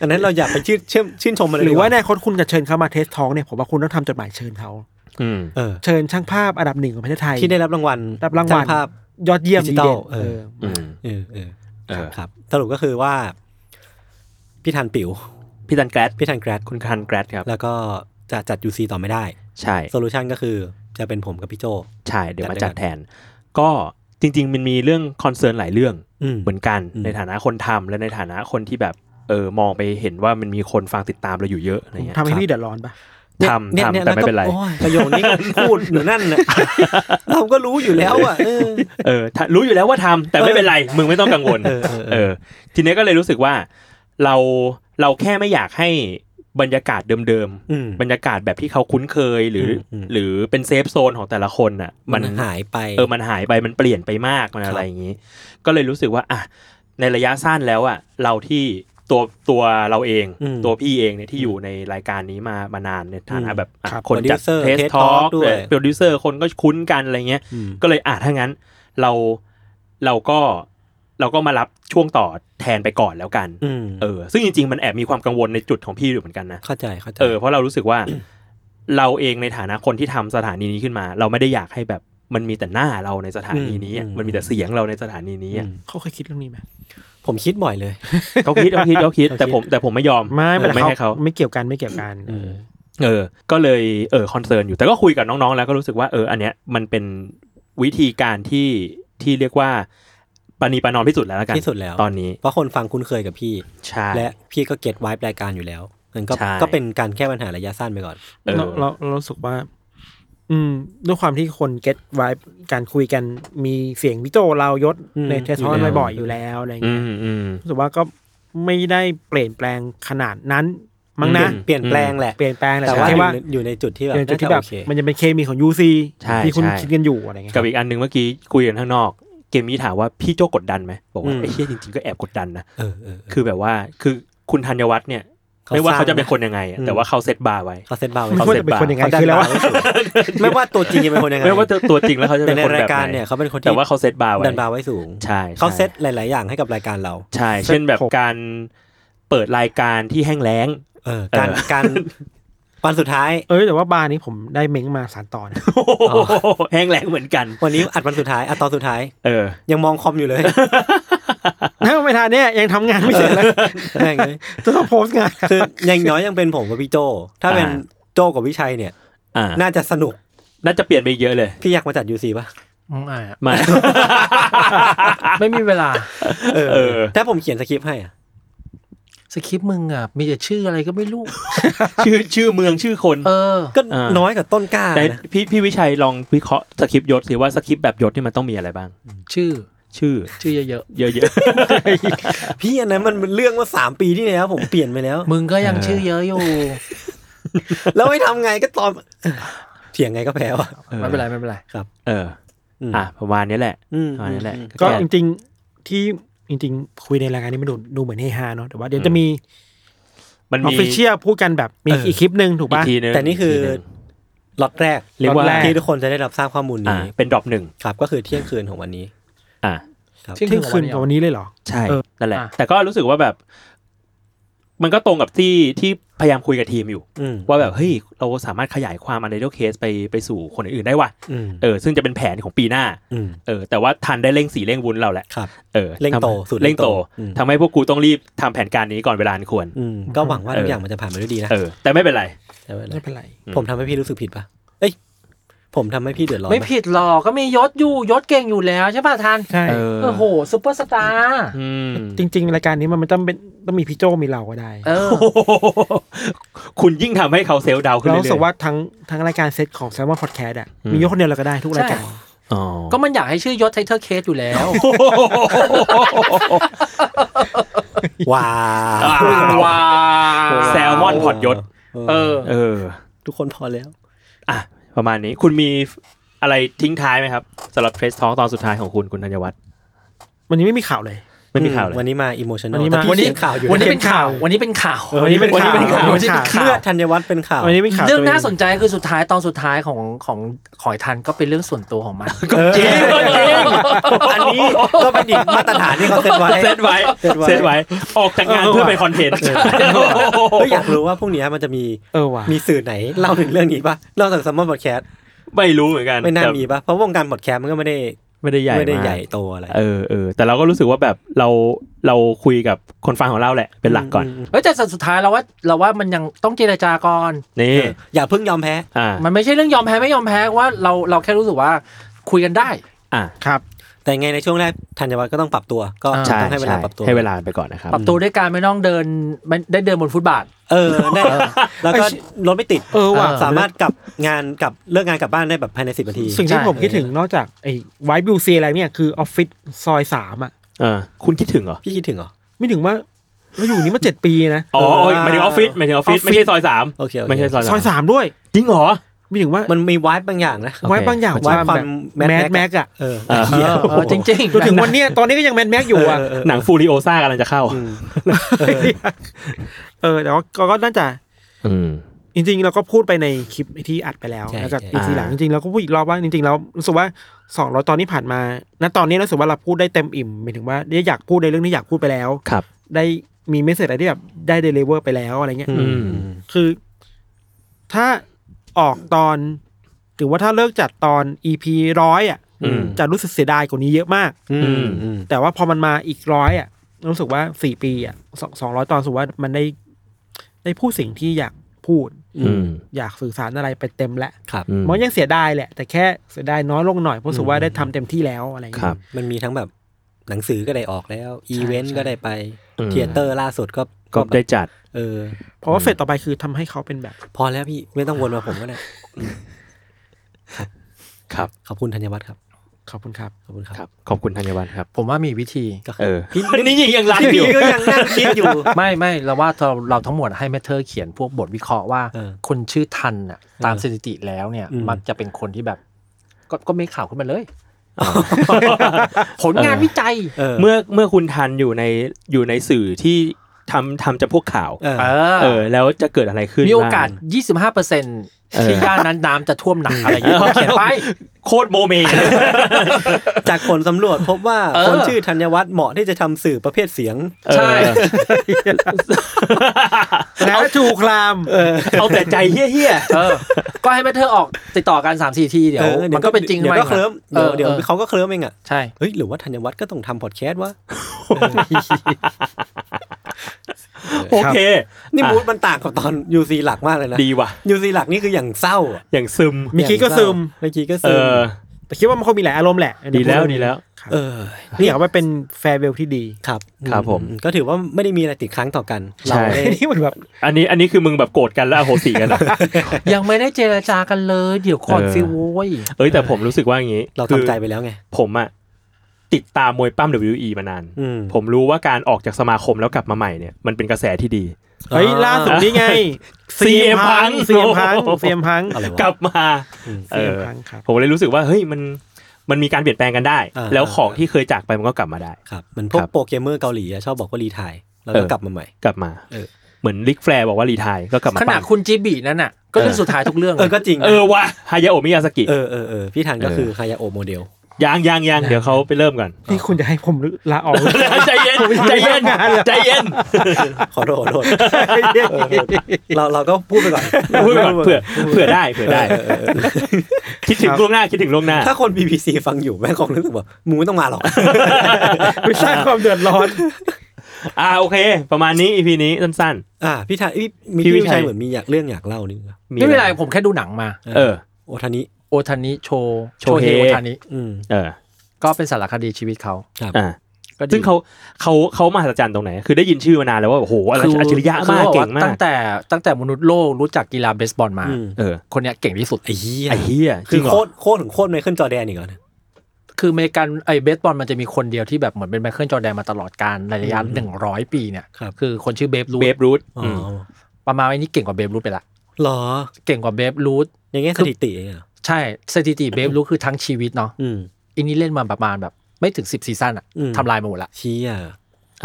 B: อันนั้นเราอยากไปชื่นเชื่อมชื่นชมมันเลย
E: หรือว่า
B: ดีก
E: ในคนคุณจะเชิญเขามาเทสท้องเนี่ยผมว่าคุณต้องทำจดหมายเชิญเขา
C: อืม
B: เออ
E: เชิญช่างภาพอันดับหนึ่งของประเทศไทย
B: ที่ได้รับรางวัล
E: รับรางวัล
B: ช่ภาพ
E: ยอดเยี่ยม
B: ดิจิ
E: ดี
B: ทัล
E: เด่น
B: เออ
E: เออ
C: อืม
B: เออเออ
C: เออ
B: ครับ สรุปก็คือว่า พี่ทันปิ๋ว
C: พี่ตันแกรด
B: พี่ทันแกรด
C: คุณคันแกรดครับ
B: แล้วก็จะจัดยูซีต่อไม่ได้
C: ใช่
B: โซลูชันก็คือจะเป็นผมกับพี่โจ
C: ใช่ เดี๋ยวมา
B: จั
C: จั
B: ด
C: ด
B: ด้วยกัน
C: แทน ก็จริง ๆ มันมีเรื่องคอนเซิร์นหลายเรื่อง
B: อืม
C: เหมือนกัน
B: อืม
C: ในฐานะคนทำและในฐานะคนที่แบบเออมองไปเห็นว่ามันมีคนฟังติดตามเราอยู่เยอะอะไรเงี้ย
E: ทำให้
C: ค
E: พี่
C: รับ
E: เดือดร้อนปะ
C: ทำ
B: เนี่ย
C: ทำ
B: เนี่ย
C: แต่
B: ล้ว
C: ไม่
B: ก็
C: เป็นไร
B: โอ้ยประโยคนี้ก็พูด อยู่นั่นนะเราก็รู้อยู่แล้วอ่ะเออ
C: เออถ้ารู้อยู่แล้วว่าทำแต่ไม่เป็นไร มึงไม่ต้องกังวล
B: เออเออเออ
C: เออ ทีนี้ก็เลยรู้สึกว่า เราเราแค่ไม่อยากให้บรรยากาศเดิม
B: อืม
C: ๆบรรยากาศแบบที่เขาคุ้นเคยหรืออ
B: มอืม
C: หรือเป็นเซฟโซนของแต่ละคนอ่ะ
B: มันหายไป
C: เออ มันหายไป มันเปลี่ยนไปมาก มันอะไรอย่างนี้ ก็เลยรู้สึกว่า อ่ะ ในระยะสั้นแล้วอ่ะ เราที่ ตัวตัวเราเอง
B: อืม
C: ตัวพี่เองเนี่ยที่อยู่ในรายการนี้มามานานในฐานะ
B: อืม
C: แบบอ่ะ
B: ครับ
C: คนจัด
B: Producer
C: เทส
B: TED
C: ทอ
B: Talk
C: ล์ก
B: ด้วย
C: โปรดิวเซอร์คนก็คุ้นกันอะไรเงี้ย
B: อืม
C: ก็เลยอ่ะถ้างั้นเราเราก็เราก็มารับช่วงต่อแทนไปก่อนแล้วกัน
B: อืม
C: เออ ซึ่งจริงๆมันแอบมีความกังวลในจุดของพี่อยู่เหมือนกันนะ
B: เข้าใจเข้าใจ
C: เออเพราะเรารู้สึกว่า เราเองในฐานะคนที่ทำสถานีนี้ขึ้นมา เราไม่ได้อยากให้แบบมันมีแต่หน้าเราในสถานีนี้อะมันมีแต่เสียงเราในสถานีนี้อะ
B: ม
E: เขาเคยคิดเรื่องนี้ไหม
B: ผมคิดบ่อยเลย
C: เขาคิดเขาคิดเขาคิดแต่ผมแต่ผมไม่ยอม
E: ไม่
C: เออไม่ให้เขา
E: ไม่เกี่ยวกันไม่เกี่ยวกันเออ
C: เออ ก็เลยเออคอนเซิร์นอยู่แต่ก็คุยกับน้องๆ แล้วก็รู้สึกว่าเอออันเนี้ยมันเป็นวิธีการที่ที่เรียกว่าปณีประนอมที่สุดแล้วละกัน
B: ที่สุดแล้ว
C: ตอนนี้
B: เพราะคนฟังคุ้นเคยกับพี่
C: ใช่
B: และพี่ก็เก็ตไวบ์รายการอยู่แล้วมันก็
C: ใช่
B: ก็เป็นการแก้ปัญหาระยะสั้นไปก่อน
C: เออ
E: เราเราเรารู้สึกว่า อืม ด้วยความที่คนเก็ตไวการคุยกันมีเสียงวิโจเรายศ
B: อืม
E: ในเทสทอน
C: อยู่แล้ว
E: บ่อยๆอยู่แล้วอะไร
C: อื
E: เงี้ย
C: มอืม
E: รู้สึกว่าก็ไม่ได้เปลี่ยนแปลงขนาดนั้นมั้งนะ
C: อืม
B: เปลี่ยนแปลงแหละ
E: เปลี่ยนแปลงแหละ
B: แต่ว่า
E: ใช่ว่า
B: อยู่ในอยู่ในจุดที่แบบ
E: เป็นจุดที่แบบ
B: น่าะโอเค
E: มันจะเป็นเคมีของ UC
C: ใช่
E: ที่คุณ
C: ใช่
E: คิดกันอยู่อะไรเงี้ย
C: กับอีกอันหนึ่งเมื่อกี้คุยกันข้างนอก เกมนี้ถามว่าพี่โจกดดันไหมบอกว่าไอ้เชี่ยจริงๆก็แอบกดดันนะ
B: เออเออเออ
C: คือแบบว่าคือคุณธัญวัฒน์เนี่ย
B: เขา
C: ไม่ว่า
B: ส
C: เขา
B: ร้าง
C: จะเป็นคนยังไงอะ
B: อืม
C: แต่ว่าเขาเซตบาร์ไว้
B: เขาเซตเบาไว้
E: ไม่
C: เขา
E: ควร
C: ซ็
E: จะเป็นคนอย่างนั้น
B: ดั
E: คือแล้ว
B: บ
E: ว่า
B: ไว้สูงไม่ว่าตัวจริงจะเป็นคนยังไง
C: ไม่ว่าตัวตัวจริงแล้วเขาจะ
B: แต่
C: เป็น
B: ใน
C: คน
B: ราย
C: แบบ
B: การ
C: ไหน
B: เนี่ยเขาเป็นคนที่
C: แต่ว่าเขาเซตบาร์ไว้
B: ดันบาร์ไว้สูง
C: ใช่
B: เขาเซต
C: ใช่
B: หลาย ๆ อย่างให้กับรายการเรา
C: ใช่ เช่นแบบ
E: เซ็ตผม
C: การเปิดรายการที่แห้งแล้ง
B: เออการ
C: เออ
B: การ วันสุดท้าย
E: เอ้ยแต่ว่าบาร์นี้ผมได้เม้งมาสารต่อนะ
C: แห้งแล้งเหมือนกัน
B: วันนี้อัดวันสุดท้ายอัดตอนสุดท้าย
C: เออ
B: ยังมองคอม อยู่เลย
E: ถ้าไม่ทันเนี่ยยังทำงานไม่เสร็จเลย
B: อะไรอย่างเงี้ย
E: จะต้องโพสต์งานครับ
B: คือยังน้อยยังเป็นผมกับพี่โจ ถ้าเป็น
C: อ่า
B: โจกับวิชัยเนี่ย
C: อ่า
B: น่าจะสนุก
C: น่าจะเปลี่ยนไปเยอะเลย
B: พี่อยากมาจัดยูซีป่ะ
D: อืมอ่ะ
C: มา
D: ไม่มีเวลา
B: เอ
C: เออ
B: อ ถ้าผมเขียนสคริปต์ให้อะ
D: สคริปต์มึงอ่ะ มีแต่ชื่ออะไรก็ไม่รู้
C: ชื่อชื่อเมืองชื่อคน
D: เออ
B: ก็
C: อ่า
B: น้อยกว่าต้นกล้า
C: แต่
B: นะ
C: พี่พี่วิชัยลองวิเคราะห์สคริปต์ยศสิว่าสคริปต์แบบยศที่มันต้องมีอะไรบ้าง
D: ชื่อ
C: ชื่อ
D: ชื่อเยอะ
C: เยอะ
B: พี่อันนั้นมันเป็นเรื่องเมื่อสามปีที่แล้วผมเปลี่ยนไปแล้ว
D: ๆ มึงก็ยังชื่อเยอะอยู่
B: แล้วไม่ทำไงก็ตอนเถียงไงก็แพ้วะ
C: ๆออ
D: ไม่เป็นไรไม่เป็นไร
C: เออ
B: อืม
C: อ่ะประมาณนี้แหละ
B: อืม
C: ประมาณนี้แหละ
E: ก็จริงๆที่จริง ๆ คุยในรายการนี้มันดูดูเหมือนเฮฮาเนาะแต่ว่าเดี๋ยวจะมี
C: มัน
E: อ
C: มี
E: อฟฟิเชียลพูดกันแบบมีอีกคลิปหนึ่งถูก
C: อี
E: ป่ะ
C: กทีนึง
B: แต่นี่คือ
C: ทีนึง
B: ล็อตแรก
C: เรียกว่า
B: ล็อตแที่ทุกคนจะได้รับทราบข้อมูล
C: อ่า
B: นี้
C: เป็นดรอปหนึ่ง
B: ครับ ก็คือเที่ยงคืนของวันนี้
C: อ่า
D: เที่ยง
E: เที่ยงคืน
D: ข
E: กั
D: อบงวั
E: วัน น
D: นี้
E: นี้เลยเหรอ
C: ใช่
E: เออ
C: นั่นแหละ
D: อ่ะ
C: แต่ก็รู้สึกว่าแบบ มันก็ตรงกับที่ที่พยายามคุยกับทีมอยู่
B: อืม
C: ว่าแบบเฮ้ยเราสามารถขยายความอันเดอร์เคสไปไปสู่คนอื่นๆได้ว่ะ
B: อืม
C: เออซึ่งจะเป็นแผนของปีหน้า
B: อืม
C: เออ แต่ว่าทันได้เร่งสีเร่งวุ้นเราแหละ
B: ครับ
C: เออ
B: เร่งโต
C: ทำ
B: สุด
C: เร่งโต
B: เร่งโตอืม
C: ทำให้พวกกูต้องรีบทำแผนการนี้ก่อนเวลาอันควร
B: อืมก็หวังว่า
C: เออ
B: ทุกอย่างมันจะผ่านไปด้วยดีนะ
C: เออ แต่ไม่เป็นไร
B: แต่ว่า
E: ไม่เป็นไร
C: อืม
B: ผมทำให้พี่รู้สึกผิดปะเอ้ยผมทำให้พี่เดือดร้อน
D: ไม่
B: ปะ
D: ผิดหรอกก็มียศอยู่ยศเก่งอยู่แล้วใช่ป่ะทัน
E: ใช่
C: เออ
D: โอ้โหซุปเปอร์สตาร์
C: อืม
E: จริง ๆ รายการนี้มันมันต้องเป็นต้องมีพี่โจมีเราก็ได้
D: เออ
C: โอ้โหคุณยิ่งทำให้เขาเซลล์ดาวน์ขึ้น
E: เรา
C: เรื่อยๆ
E: รู้สึกว่าทั้งทั้งรายการเซตของแซมมอนพอดแคสต์อ่ะ
C: อืม
E: มียกคนเดียวเราก็ได้ทุกรายการ
D: ใช่
C: อ๋อ
D: ก็มันอยากให้ชื่อยศไทเทอร์เคสอยู่แล้ว
B: ว้า
C: อ่า
B: ว
D: ว้า
C: แซลมอนพอดยศ
D: เออ
C: เออ
B: ทุกคนพอแล้ว
C: อ่ะ ประมาณนี้คุณมีอะไรทิ้งท้ายไหมครับสำหรับเฟสท้องตอนสุดท้ายของคุณ คุณธัญวัฒน์
E: วันนี้ไม่มีข่าวเลย
C: ไม่มีข่าวเล
B: วัน
C: ย
B: นี้มาอิโมชัน
E: วั
B: แน
E: น
B: ล
E: นี้มา
B: พี่เขียนข่าวอยู่
D: วันนี้
B: นะ
D: เป็นข่าว วันนี้เป็นข่าว
E: เออวันนี้เป็นข่าว
D: วันนี้เป็นข่าว
B: เลือดธัญวัฒน์เป็นข่าว
E: วันนี้ไม่มีข่าว
D: เรื่องน่าสนใจคือสุดท้ายตอนสุดท้ายของของของไอ้ทันก็เป็นเรื่องส่วนตัวของมัน
B: จริงอันนี้ก็เป็นอีกมาตรฐานที่เขาเซ็ตไว้
C: เซตไว้
B: เซ็ตไว้
C: เซตไว้ ออกจากงานเพื่อเป็นคอนเทนต์
B: ก็อยากรู้ว่าพรุ่งนี้มันจะมี
E: เออว่ะ
B: มีสื่อไหนเล่าถึงเรื่องนี้ปะนอกจากซัมมอนพอดแคสต์
C: ไม่รู้เหมือนกัน
B: ไม่น่า
C: แต่
B: มีปะเพราะวงการพอดแคสต์มันก็ไม่ได้
C: ไม่ได้ใหญ่
B: ไม่ได้
C: าก
B: ใหญ่โตอะไร
C: เออเออแต่เราก็รู้สึกว่าแบบเราเราคุยกับคนฟังของเราแหละ เป็นหลักก่อน
D: เฮ้ยแต่สุดท้ายเราว่าเราว่ามันยังต้องเจรจาก่อน
C: นี่
B: อย่าเพิ่งยอมแพ้
C: อ่า
D: มันไม่ใช่เรื่องยอมแพ้ไม่ยอมแพ้ว่าเราเราแค่รู้สึกว่าคุยกันได้
C: อ่า
E: ครับ
B: แต่ไงในช่วงแรกธัญวัฒน์ก็ต้องปรับตัว ก็
D: อ่า
C: ใช่
B: ต้องให้เวลาปรับตัว
C: ให้เวลาไปก่อนนะครับ
D: ปรับตัวด้วยการไม่ต้องเดินไม่ได้เดินบนฟุตบาท
B: เออได้แล้วก็รถไม่ติด
E: เออว่ะ
B: สามารถกลับงานกลับเลิกงานกลับบ้านได้แบบภายในสิบนาที
E: สิ่งที่
D: ใช่
E: ผมคิดถึงนอกจากไอ้ไวท์บิวซีอะไรเนี่ยคือออฟฟิศซอยสามอ่ะ
C: เออคุณคิดถึงเหรอ
B: พี่คิดถึงเหรอ
E: ไม่ถึงว่าเราอยู่นี่มาเจ็ดปีนะ
C: อ๋อหมายถึงออฟฟิศหมายถึงออฟฟิศ
E: ออฟฟิศ
C: ไม่ใช่ซอยสาม
B: โอเคโอเค
C: ไม่ใช่ซอย
E: ซอย
C: สาม
E: สามด้วย
C: จริงเหรอ
E: ไม่ถึงว่า
B: มันมีวายบางอย่างนะ
C: โอเค
E: ไว้บางอย่าง
B: ไว้
E: ว่า
B: ความ
E: แบบ
B: แมส
E: แมส
B: แม็
E: แม็
B: ก
E: ก
B: อะ
E: อะ
B: เออ
C: เออ
B: เหี้ย
D: เออจริงๆ
E: จนถึงวันเนี้ ยตอนนี้ก็ยังแมสแม็กอยู่อะ
C: หนังฟูริโอซ่ากำลังจะเข้า
E: เออแต่ว่าก็ก็น่าจะ
C: อืม
E: จริง ๆ เราก็พูดไปในคลิปที่อัดไปแล้ว
B: ใช่
E: แล้วก็
B: ใช่
E: อีกทีหลังจริงๆเราก็พูดอีกรอบว่าจริงๆแล้วรู้สึกว่าสองร้อยตอนที่ผ่านมาณตอนนี้รู้สึกว่าเราพูดได้เต็มอิ่มหมายถึงว่าได้อยากพูดในเรื่องที่อยากพูดไปแล้ว
C: ครับ
E: ได้มีเมสเซจอะไรที่แบบได้เดลิเวอร์ไปแล้วอะไรเงี้ย
C: อืม
E: คือ ถ้าออกตอน หรือว่าถ้าเลิกจัดตอน EP ร้อยอ่ะ
C: อืม
E: จะรู้สึกเสียดายกว่านี้เยอะมาก
B: อืมอืม
E: แต่ว่าพอมันมาอีกร้อยอ่ะรู้สึกว่าสี่ปีอ่ะสองสองร้อยตอนรู้สุว่ามันได้ ได้พูดสิ่งที่อยากพูด
C: อืม
E: อยากสื่อสารอะไรไปเต็มแล้ว
B: ครับ
C: อืม
E: มันยังเสียดายแหละ แต่แค่เสียดายน้อยลงหน่อยเพราะรู้สุว่าได้ทำเต็มที่แล้วอะไรอย่าง
C: ครับ
E: เงี้ย
B: มันมีทั้งแบบหนังสือก็ได้ออกแล้ว อีเวนต์
E: ใช่
B: ก็ได้ไป
C: อืม
B: เทเตอร์ล่าสุดก็
C: ก็
B: แบบ
C: ได้จัด
B: เออ
E: เพราะว่าเฟสต่อไปคือทำให้เขาเป็นแบบ
B: พอแล้วพี่ไม่ต้องวนมาผมก็ได้
C: ครับ
B: ขอบคุณธัญวัฒน์ครับ
E: ขอบคุณครับ
B: ขอบคุณครับ
C: ครับ ขอบคุณธัญวัฒน์ครับ
D: ผมว่ามีวิธี
B: ก็คื
C: เอ
B: อ
C: อนี่ยังยังรันอ
B: พี่
C: ยู่
B: ก็ยังนั่งคิดอยู่
D: ไม่ไม่เราว่าเราเราทั้งหมดให้เมเทอร์เขียนพวกบทวิเคราะห์ว่า
B: เออ
D: คนชื่อทันน่ะตาม
B: เออ
D: สถิติแล้วเนี่ย
B: อืม
D: มักจะเป็นคนที่แบบ ก็ก็ไม่ข่าวขึ้นมาเลย ผลงานวิจัย
B: เออ
C: เมื่อเมื่อคุณทันอยู่ในอยู่ในสื่อที่ทำทำจะพวกข่าว
B: เออ
D: เออ
C: เออ แล้วจะเกิดอะไรขึ้น
D: มีโอกาส
C: บ้ง
D: 25%ที่ย่านนั้นน้ำจะท่วมหนักอะไรอย่างเงี้ย
C: เออ
D: เขียนไป
C: โคตรโมเม
B: จากผลสำรวจพบว่า
D: เออ
B: คนชื่อธัญวัฒน์เหมาะที่จะทำสื่อประเภทเสียง
D: ใช่
E: แล้วถูกคลาม
C: เอาแต่ใจเฮี้ย
D: เออ ก็ให้เมเทอร์ออกติดต่อกัน 3-4 ทีเดี๋ยว
B: ออ
D: มันก็เป็นจริง
B: เดี๋ย
D: ไห
B: วก็เคลิ้มเดี๋ยว
D: ออ
B: เดี๋ยว
D: ออ
B: เขาก็เคลิ้มเองอ่ะ
D: ใช่
B: เฮ้ยหรือว่าธัญวัฒน์ก็ต้องทำพอดแคสต์วะ
C: ๆ โอเค
B: นี่
C: อ่ะ
B: มูดมันต่างกับตอนยูซีหลักมากเลยนะ
C: ดีว่ะ
B: ยูซีหลักนี่คืออย่างเศร้าอะ
C: อย่างซึม
E: เมื่อกี้ก็ซึม
B: เมื่อกี้ก็
C: เอ
B: ซึม
C: อ
E: แต่คิดว่ามันคงมีหลายอารมณ์แหละ
C: ดีแล้วดีแล้ว
E: ครับ
B: เออ
E: นี่อยากว่าเป็นแฟร์เวลที่ดี
B: ครับ
C: ครับผม
B: อืก็ถือว่าไม่ได้มีอะไรติดค้างต่อกัน
C: ใช่
B: เราได้
E: นี่เหมือนแบบ
C: อันนี้อันนี้คือมึงแบบโกรธกันแล้วอโหสิกันเหรอ
D: ยังไม่ได้เจรจากันเลย เดี๋ยวก่อน
C: เออ
D: สิโว้ย
C: เอ้ยแต่ผมรู้สึกว่าอย่างนี้
B: เราทำใจไปแล้วไง
C: ผมอะติดตามมวยปั้ม WE มานาน
B: อืม
C: ผมรู้ว่าการออกจากสมาคมแล้วกลับมาใหม่เนี่ยมันเป็นกระแสที่ดี
E: เฮ้ยล่าสุดนี่ไง
C: CM พัง
E: เซียมพังเซียมพัง
B: อะไรวะ
C: กลับมา เอ
E: เซีย
C: อ
E: มพังครับ
C: ผมเลยรู้สึกว่าเฮ้ยมันมันมีการเปลี่ยนแปลงกันได้
B: อ่า
C: แล้วของที่เคยจากไปมันก็กลับมาได้
B: ครับเหมันพว
C: ค
B: ก
C: รับ
B: โปรแกรมเมอร์เกาหลีอะชอบบอกว่ารีไทายแล้วก็
C: เออ
B: กลับมาใหม่
C: กลับมา
B: เออ
C: เหมือนลิกแฟร์บอกว่ารีไทายก็กลับมา
D: ขนาด
C: ปั้ม
D: คุณจีบีนั่นน่ะ ก็เรื่องสุดท้ายทุกเรื่อง
B: เออก็จริงนะ
C: เออว่ะฮายาโอมิยาสกิ
B: เออเออเออพี่ทันก็
C: เออ
B: คือฮายาโอโมเดล
C: ยังยังยังเดี๋ยวเขาไปเริ่มก่อน
E: นี่คุณจะให้ผมลาออก
C: ใจเย็นใจเย็นใจเย็น
B: ขอโทษขอโทษเออเราเราก็พูดไปก่อน
C: พูดก่อนเผื่อเผื่อได้เผื่อได้ คิดถึงล่วงหน้าคิดถึงล่วงหน้า
B: ถ้าคน BBC ฟังอยู่แม่งคงรู้สึกว่ามึงไม่ต้องมาหร อก
E: ไปสร้างความเดือดร้อน
C: อ่าโอเค ประมาณนี้ EP นี้สั้น
B: อ่าพี่ทายพี่มี
C: พี่
B: พี่
C: วิ
B: วิ
C: ชัย
B: ชัยเหมือนมีอยากเรื่องอยากเล่านี่นะ
C: ๆ
D: ไม่เป็นไรผมแค่ดูหนังมา
C: เออ
B: โอทานิ
D: โอทานิโช
C: โช
D: โช
C: เฮ
D: เฮโอทานิ
B: อืม
C: เออ
D: ก็เป็นสารคดีชีวิตเขา
B: ครับ
C: อ่า
D: ก็ดี
C: ซึ่งเขาเขาเขามหัศจรรย์ตรงไหน คือได้ยินชื่อมานานแล้วว่าโอ้โหอะไร
D: คื
C: อัจฉริยะ
D: คือ
C: มาก
D: บอ
C: เก่ง
D: ว่
C: มาก
D: ตั้งแต่ตั้งแต่มนุษย์โลกรู้จักกีฬาเบสบอลมา
B: อืม
C: เออ
D: คนเนี้ยเก่งที่สุด
B: ไอ้เหี้ย
C: ไอ้เหี้ยจ
B: คื
C: ริ
B: อง
C: เหร
B: โค
C: อ
B: ตรโคตรถึงโคตรไมเคิลจอร์แดนอีกแล้วนะ
D: คืออเมริกันไอเบสบอลมันจะมีคนเดียวที่แบบเหมือนเป็นไมเคิลจอร์แดนมาตลอดการในระยะหนึ่งร้อยปีเนี่ย
B: ครับ
D: คือคนชื่อเบฟรู
C: เบ
D: ท
C: ฟรูท
B: อ๋อ
C: ม
B: อ
D: ประมาณว่านี้เก่งกว่าเบฟรูทไปละ
B: เหรอ
D: เก่งกว่าเบฟรูท
B: อย่างเงี้ยสถิติเองเหรอ่ะ
D: ใช่สถิติเบฟรูทคือทั้งชีวิตเนาะ
B: อืม
D: อันนี้เล่นมาประมาณแบบไม่ถึงสิบซีซั่นอะ
B: อืม
D: ทำลายมาหมดละ
B: เชี่ย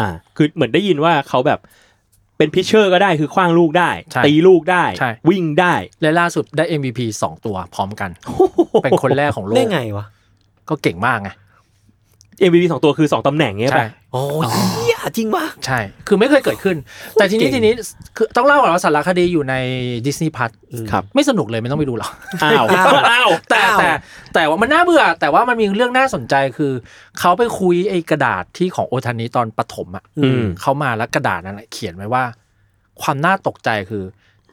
C: อ่า คือเหมือนได้ยินว่าเขาแบบเป็นพิชเชอร์ก็ได้คือคว้างลูกได้
D: ใช่
C: ตีลูกได้
D: ใช่
C: วิ่งได้
D: และล่าสุดได้ MVP สองตัวพร้อมกัน เป็นคนแรกของโล
B: ได้
D: ก
B: ไงวะ
D: ก็เก่งมากไง
C: MVP สองตัวคือสองตำแหน่งเงี้ย
D: ใช่
C: ป่ะ
B: โอ้เชี่ยจริงวะ
D: ใช่ คือไม่เคยเกิดขึ้น แต่ทีนี้
B: เก่ง
D: ทีนี้คือต้องเล่าก่อนว่าสารคดีอยู่ในดิสนีย์พัท
C: ครับ
D: ไม่สนุกเลยไม่ต้องไปดูหรอก
C: อ้าว
B: อ้าว
C: อ้าว
D: แต่
B: อ้าว
D: แต่แต่ว่ามันน่าเบื่อ แต่ว่ามันมีเรื่องน่าสนใจคือ เขาไปคุยไอ้กระดาษที่ของโอทานิตอนปฐมอ่ะ
C: อืม
D: เขามาแล้วกระดาษนั้นอะเขียนไว้ว่า ความน่าตกใจคือ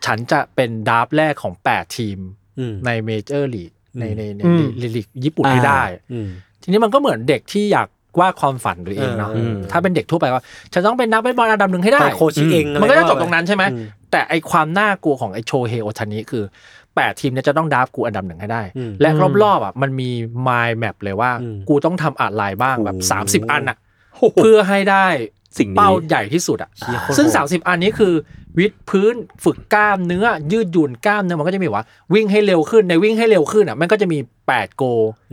D: ฉันจะเป็นดราฟต์แรกของ 8 ทีม
B: อืม
D: ในเมเจอร์ลีกในในใน
E: อืม
D: ลีกญี่ปุ่นให้ได้
B: อืม
D: ทีนี้มันก็เหมือนเด็กที่อยากวาดความฝันตัวเองเนาะ
B: เอออืม
D: ถ้าเป็นเด็กทั่วไปว่าฉันต้องเป็นนักเบสบอลอันดับหนึ่งให้ได้
B: ไปโคชิเองอะไร
D: มันก็จะจบ
B: ว่าไป
D: ตรงนั้นใช่ไหม
B: อืม
D: แต่ไอความน่ากลัวของไอโชเฮโอทานิคือ 8 ทีมเนี่ยจะต้องดับกูอันดับหนึ่งให้ได้
B: อืม
D: และรอบๆอ่ะมันมีไมล์แมปเลยว่า
B: อืม
D: กูต้องทำอะไรบ้างแบ
B: โอ้
D: บ
B: โห
D: 30 อันอ่ะ เพื่อให้ได้
C: สิ่งนี้
D: เป้าใหญ่ที่สุดอ่ะ
B: เชี่ยโคตร
D: ซึ่ง
B: โหด
D: 30 อันนี้คือ วิดพื้นฝึกกล้ามเนื้อ ยืดหยุ่นกล้ามเนื้อมันก็จะมีว่า วิ่งให้เร็วขึ้นในวิ่งให้เร็วขึ้นอ่ะมันก็จะมี 8 โก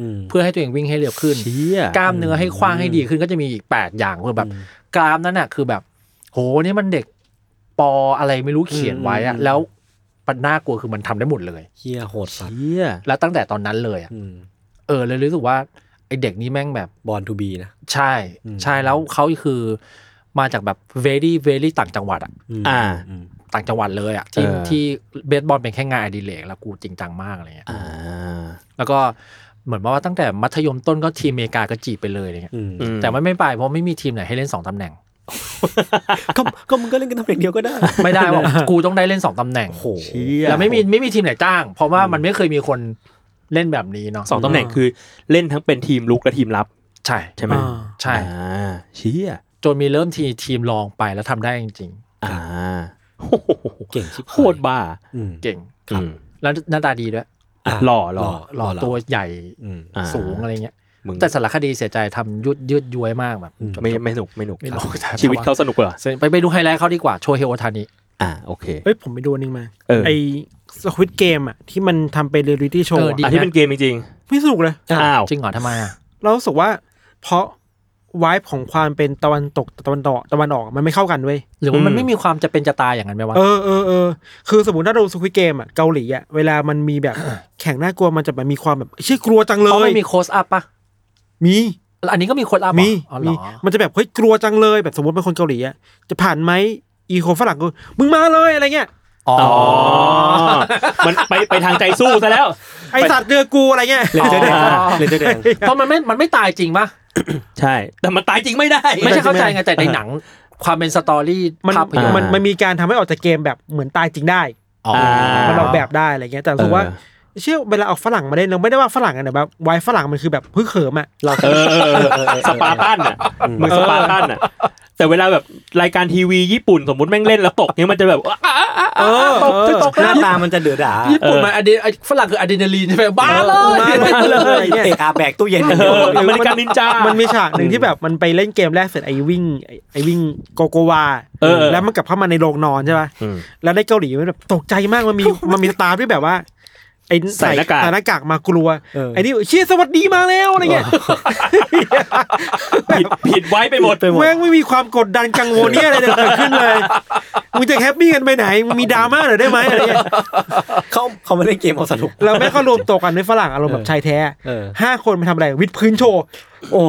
B: อืม
D: เพื่อให้ตัวเองวิ่งให้เร็วขึ้น
C: เชี่ย
D: กล้ามเนื้อให้คว้างให้ดีขึ้นก็จะมีอีก 8 อย่างคือแบบกรามนั้นน่ะคือแบบ โหนี่มันเด็กปออะไรไม่รู้เขียนไว้อะ
B: อืม
D: แล้วมันน่ากลัวคือมันทำได้หมดเลย
B: เฮียโหดสัตว์
C: เชี่ย
D: แล้วตั้งแต่ตอนนั้นเลยอะเออเลยรู้สึกว่าไอเด็กนี้แม่งแบบ
B: บอลทูบีนะ
D: ใช่
B: อืม
D: ใช่แล้วเขาคือมาจากแบบเวรี่เวรี่ต่างจังหวัดอะ
B: ม
C: อ่า
B: อืม
D: ต่างจังหวัดเลยอะที่
C: เออ
D: ที่เบสบอลเป็นแค่งานอดิเรกแล้วกูจริงจังมากอะไรเงี้ย
C: อ่า
D: แล้วก็เหมือนว่าตั้งแต่มัธยมต้นก็ทีมอเมริกาก็จีบไปเลยอะไรเงี้ย
B: อืม
D: แต่มันไม่ไปเพราะไม่มีทีมไหนให้เล่นสองตำแหน่ง
B: ก็ก็มึงก็เล่นกันตำแหน่งเดียวก็ได้
D: ไม่ได้ว่า กูต้องได้เล่นสองตำแหน่ง
B: โอ้โห
C: เชี่ย
D: แล้วไม่มีไม่มีทีมไหนจ้าง เพราะว่ามันไม่เคยมีคนเล่นแบบนี้เนาะ
C: สองตำแหน่งคือเล่นทั้งเป็นทีมลุกและทีมรับ
D: ใช่
C: ใช่ไหม
E: อ่า
D: ใช่
C: อ่าเชี่ย
D: จนมีเริ่มทีทีมลองไปแล้วทำได้จริง
C: อ่า
B: เก่งชิบหาย
C: โคตรบ้า
B: อืม
D: ๆเก่ง
C: อืม
D: แล้วหน้าตาดีด้วย
B: อ่ะ
C: หล่อหล่อ
D: หล่อตัวใหญ่
B: อืม
C: อ่า
D: สูงอะไรเงี้ย
C: มึง
D: แต่สารคดีเสียใจทำยืดยืดย้วยมากแบบ
B: อืม
D: จบ
C: ไม่
D: จบ
C: ไม่สนุกไม่สนุก
D: ไม่สนุกแต่
C: ชีวิตเขาสนุกกว่า
D: เสร็จไปไปดูไฮไลท์เขาดีกว่าโชเฮโอทานิ
C: อ่าโอเค
E: เอ้ยผมไปดูอันนึงมา
C: เออ
E: ไอสควิตเกมอ่ะที่มันทำเป็นเรียลลิตี้โช
D: เอ
E: ว์
D: อดี
C: อัน
D: นะ
C: นี้เป็นเกมจริง
E: ไม่สนุกเลย
C: ๆอ้าว
D: จริงเหรอทำไมอ่ะ
E: เรารู้สึกว่า เพราะวายของความเป็นตะวันตกตะวันออกตะวันออกมันไม่เข้ากันเว้ย
D: หรือว่ามันไม่มีความจะเป็นจะตายอย่างนั้นไหมวะ
E: เออเออเออคือสมมติถ้าเราสควิตเกมอ่ะเกาหลีอ่ะเวลามันมีแบบ แข่งน่ากลัวมันจะแบบมีความแบบเชื่อกลัวจังเล
D: เพราะ
E: ย
D: มันมีโคสอัพปะ
E: มี
D: แล้วอันนี้ก็มีโคสอัพเหรอ
E: มี
D: อ๋อเหร
E: มี
D: อ
E: มันจะแบบเฮ้ยกลัวจังเลยแบบสมมติเป็นคนเกาหลีอะจะผ่านไหมอีโคฝรั่งก็มึงมาเลยอะไรเงี้ย
D: อ๋อ
C: อ๋อมันไปไปทางใจสู้ซะแล้ว
E: ไอสัตว์เรือกูอะไรเงี้ย
B: เลนเจอร์แดงเลนเจอร์แดง
D: เพราะมันไม่มันไม่ตายจริงปะ
C: ใช่ แต่มันตายจริงไม่ได้
D: ไม่ใช่เข้าใจไงแต่ในหนังความเป็นสตอรี่
E: มัน
D: ภาพยนต
C: อ่า
D: ร์
E: มันมันมีการทำให้ออกจากเกมแบบเหมือนตายจริงได้
D: อ๋อ
E: มันออกแบบได้อะไรเงี้ยแต่รู้สึกว่าเชื่อเวลาเอาฝรั่งมาเล่นเราไม่ได้ว่าฝรั่งอะนะแบบวายฝรั่งมันคือแบบพึ่งเขิมอะ
C: เออเออเออสปาร์ตันอ่ะเหมือนสปาร์ตันอ่ะ แต่เวลาแบบรายการทีวีญี่ปุ่นสมมติแม่งเล่นแล้วตกเนี่ยมันจะแบบอ่ะอ่ะอ่ะอ่ะตกจะตก
B: ห
C: แล้
B: น้าว ตามันจะเดือดดา
D: ญี่ปุ่นมันอะดรีไอ้ฝรั่งคืออะดรีนาลี นใช่ไหมบ้าเล
E: มึง
D: ย
E: มาเลยอะไรเงี้ย
B: เตะอาแบกตู้เย็นอย่าง
C: เอ
B: เดียว
C: ออเมริกันนินจามั
E: มันมีฉากหนึ่งที่แบบมันไปเล่นเกมแรกเสร็จไอ้วิ่งไอ้ไอ้วิ่งโกโกวา
C: เออ
E: แล้วมันกลับเข้ามาในโรงนอนใช่ปะ แล้วในเกาหลีมันแบบตกใจมาก มันมี มันมีตาที่แบบว่าไอ้
C: ใส่หน้ากาก
E: ใส่หน้ากากมากลัว
B: เออ
E: ไอ้นี่เชี่ยสวัสดีมาแล้วอะไรเงี้ย
C: ผิดผิดไว้ไปหมด
E: แม่งไม่มีความกดดันกังวลเนี่ยอะไรเลยเกิดขึ้น เลยมึงจะแฮปปี้กันไปไหนมึงมีดราม่าหน่อยได้ไหมอะไรเงี้ย
B: เขาเขาไม่เล่นเกมเอาสนุก
E: แล้วแม่งก็รวมตัวกันในฝรั่งอารมณ์แบบชายแท้
B: เออ
E: ห้าคนมาทำอะไรวิดพื้นโชว์
B: โอ้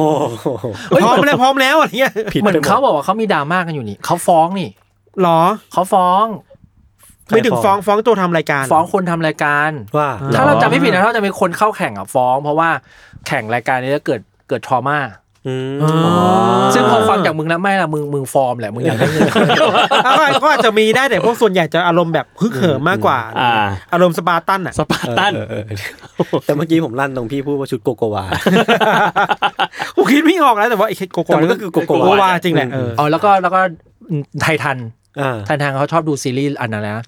E: พร้อมแล้วพร้อมแล้วอะไรเงี้ย
B: ผิด
D: เหมือน
B: ไป
D: เขา
B: หมด
D: บอกว่าเขามีดราม่ากันอยู่นี่เขาฟ้องนี่
E: หรอ
D: เขาฟ้อง
E: ไม่ถึงฟ้องฟ้องตัวทำรายการ
D: ฟ้องคนทำรายการ
B: ว่า
D: ถ้าเราจำไม่ผิดนะถ้าจะมีคนเข้าแข่งอ่ะฟ้อง เพราะว่าแข่งรายการนี้แล้วเกิดเกิดทรมา
E: อ๋อ
D: ซึ่งพอฟังจากมึงแล้วไม่ละมึงมึงฟอร์มแหละมึงอยากได้เงิ น
E: เอาไว้ก็อาจจะมีได้แต่พวกส่วนใหญ่จะอารมณ์แบบฮึกเหิมมากกว่า
C: อ่า
E: อารมณ์สปาร์ตั นอะ
C: สปาร์ตัน
B: เออเออเออแต่เมื่อกี้ผมลั่นตรงพี่พูดว่าชุดโกโกวา
E: กูคิดไม่ออกแล้วแต่ว่าไอ้โกโก
B: แต่มันก็คือโกโกวา
E: วาจริงแหละเออ
D: อ๋อแล้วก็แล้วก็ไททัน
B: อ่า
D: ไททันเขาชอบดูซีรีส์อันนั้นนะ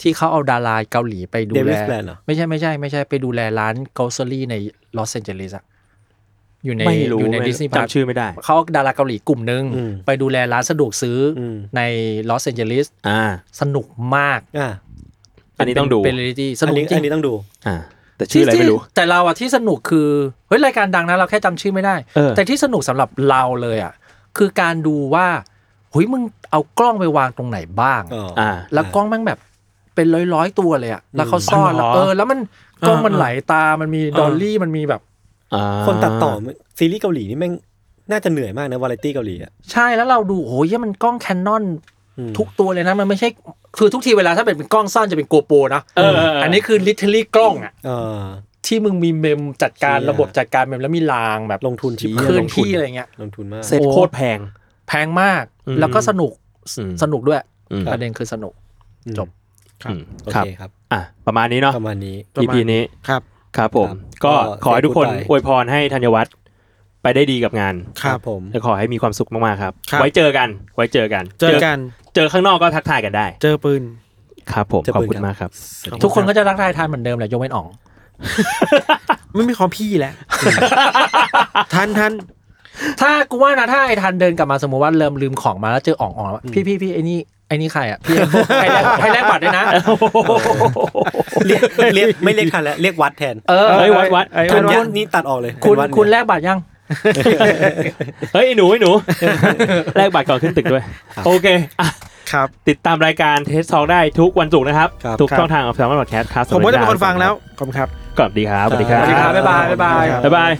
D: ที่เขาเอาดาราเกาหลีไปดูแล
B: Davis Plan เหรอ
D: ไม่ใช่ไม่ใช่ไม่ใช่ไปดูแลร้านเกาซอรี่ในลอสแอนเจลิสอะอยู่ใน
C: ไม่รู้
D: อยู่ในดิสนีย์พาร์
C: จำชื่อไม่ได้
D: เขาดาราเกาหลีกลุ่มหนึ่ง
B: อืม
D: ไปดูแลร้านสะดวกซื้ออ
B: ม
D: ในลอสแอนเจลิส
C: อ่า
D: สนุกมาก
B: อ่า
C: อันนี้ต้องดู
D: เป็นเรียลิตี้ส
B: อั
D: นุ
B: น
D: ก
B: นี้
D: จริ
B: อั
D: ง
B: นนี้ต้องดู
C: อ่า แต่ชื่ออะไร
D: ที่
C: ไม่รู้
D: ที่แต่เราอะที่สนุกคือเฮ้ยรายการดังนะเราแค่จำชื่อไม่ได้
C: เออ
D: แต่ที่สนุกสำหรับเราเลยอะคือการดูว่าเฮ้ยมึงเอากล้องไปวางตรงไหนบ้าง
B: อ๋อ
C: อ่า
D: แล้วกล้องแม่งแบบเป็นร้อยร้อยๆตัวเลยอะแล้วเขาซ่อน
C: อ๋อเหร
D: แล้ว
C: อ
D: เออแล้วมันกล้องมันไหลตามันมีดอลลี่มันมีแบบ
C: อ่า
B: คนตัดต่อซีรีส์เกาหลีนี่แม่งน่าจะเหนื่อยมากนะวาไรตี้เกาหลีอ่ะ
D: ใช่แล้วเราดูโอ้ยมันกล้องแคนนอน
B: อืม
D: ทุกตัวเลยนะ มันไม่ใช่ คือทุกทีเวลาถ้าเป็นกล้องสั้นจะเป็นโกโปรนะ
C: เออเอออั
D: นนี้คือ literally กล้องอะ
B: เออ
D: ที่มึงมีเมมจัดการ
B: เชี่ย
D: ระบบจัดการเมมแล้วมีรางแบบ
B: ลงทุนชิบหา
D: เค
B: ย
D: ลื่อน
B: ลงทุน
D: ที่อะไรเงี้ย
B: ลงทุนมาก
C: เซ็ตโคตรแพง
D: แพงมาก
C: อืม
D: แล้วก็สนุก
C: อืม
D: สนุกด้วย
C: อืม
D: ประเด็นคือสนุก จบ
C: อืม
B: โอ
C: ครับ
B: เคครับ
C: อ่ะ ประมาณนี้เนาะ
B: ประมาณนี้
C: EP นี้
E: ครับ
C: ครับผม
B: ครับ
C: ก็
B: ก็
C: ขอให้ทุกคน
B: เสร็จพูดไป
C: อวยพรให้ธัญวัฒน์ไปได้ดีกับงาน
E: ครับ
B: ผม
C: และขอให้มีความสุขมากๆครับ
E: ครับ
C: ไว้เจอกัน ไว้เจอกัน
E: เจอกัน
C: เจอข้างนอกก็ทักทายกันได้
E: เจอปืน
C: ครับผม
B: เจอ
C: ขอบ
B: ปืน
C: คุ
B: ค
C: ณ
B: รับ
C: มากครับ
D: ทุกคนก็จะรักทายทานเหมือนเดิมแหละยกเว้นอ๋อง
E: ไม่มีของพี่แล้วทันทัน
D: ถ้ากูว่านะถ้าไอ้ทันเดินกลับมาสมมติว่าเริ่มลืมของมาแล้วเจออ๋องอ๋องแล้วพี่พี่พี่ไอ้นี่ ไอ้นี่ใครอ่ะพี่ให้แลกให้แลกบัตรด้วยนะ
B: เรียก เรียกไม่เรียกทันแล้วเรียกวัดแทน
D: เออ
C: เฮ้ยวัดวัด
E: ไอ้
B: ทุน
E: วัด
B: ยั
E: วัด
B: กษ์นี่ตัดออกเลย
D: คุณ
B: เป็นวัด
D: คุณ
B: เนี่ย
D: แลกบัตรยัง
C: เฮ้ยไอ้หนูไอ้หนู แลกบัตรก่อนขึ้นตึกด้วย โอเคอ่ะ
E: ครับ
C: ติดตามรายการเทสซองได้ทุกวันศุกร์นะครับ
E: ครับ
C: ทุก
E: ครับ
C: ช่องทางของสามารถพอดแคสต์ครับ
E: ผมว่าจะเป็นคนฟังแล้วขอบคุณครับ
C: ก่อนดีครับสวัสดีครับ
D: สวัสดีครับบ๊ายบายบ๊ายบาย
C: บ๊ายบาย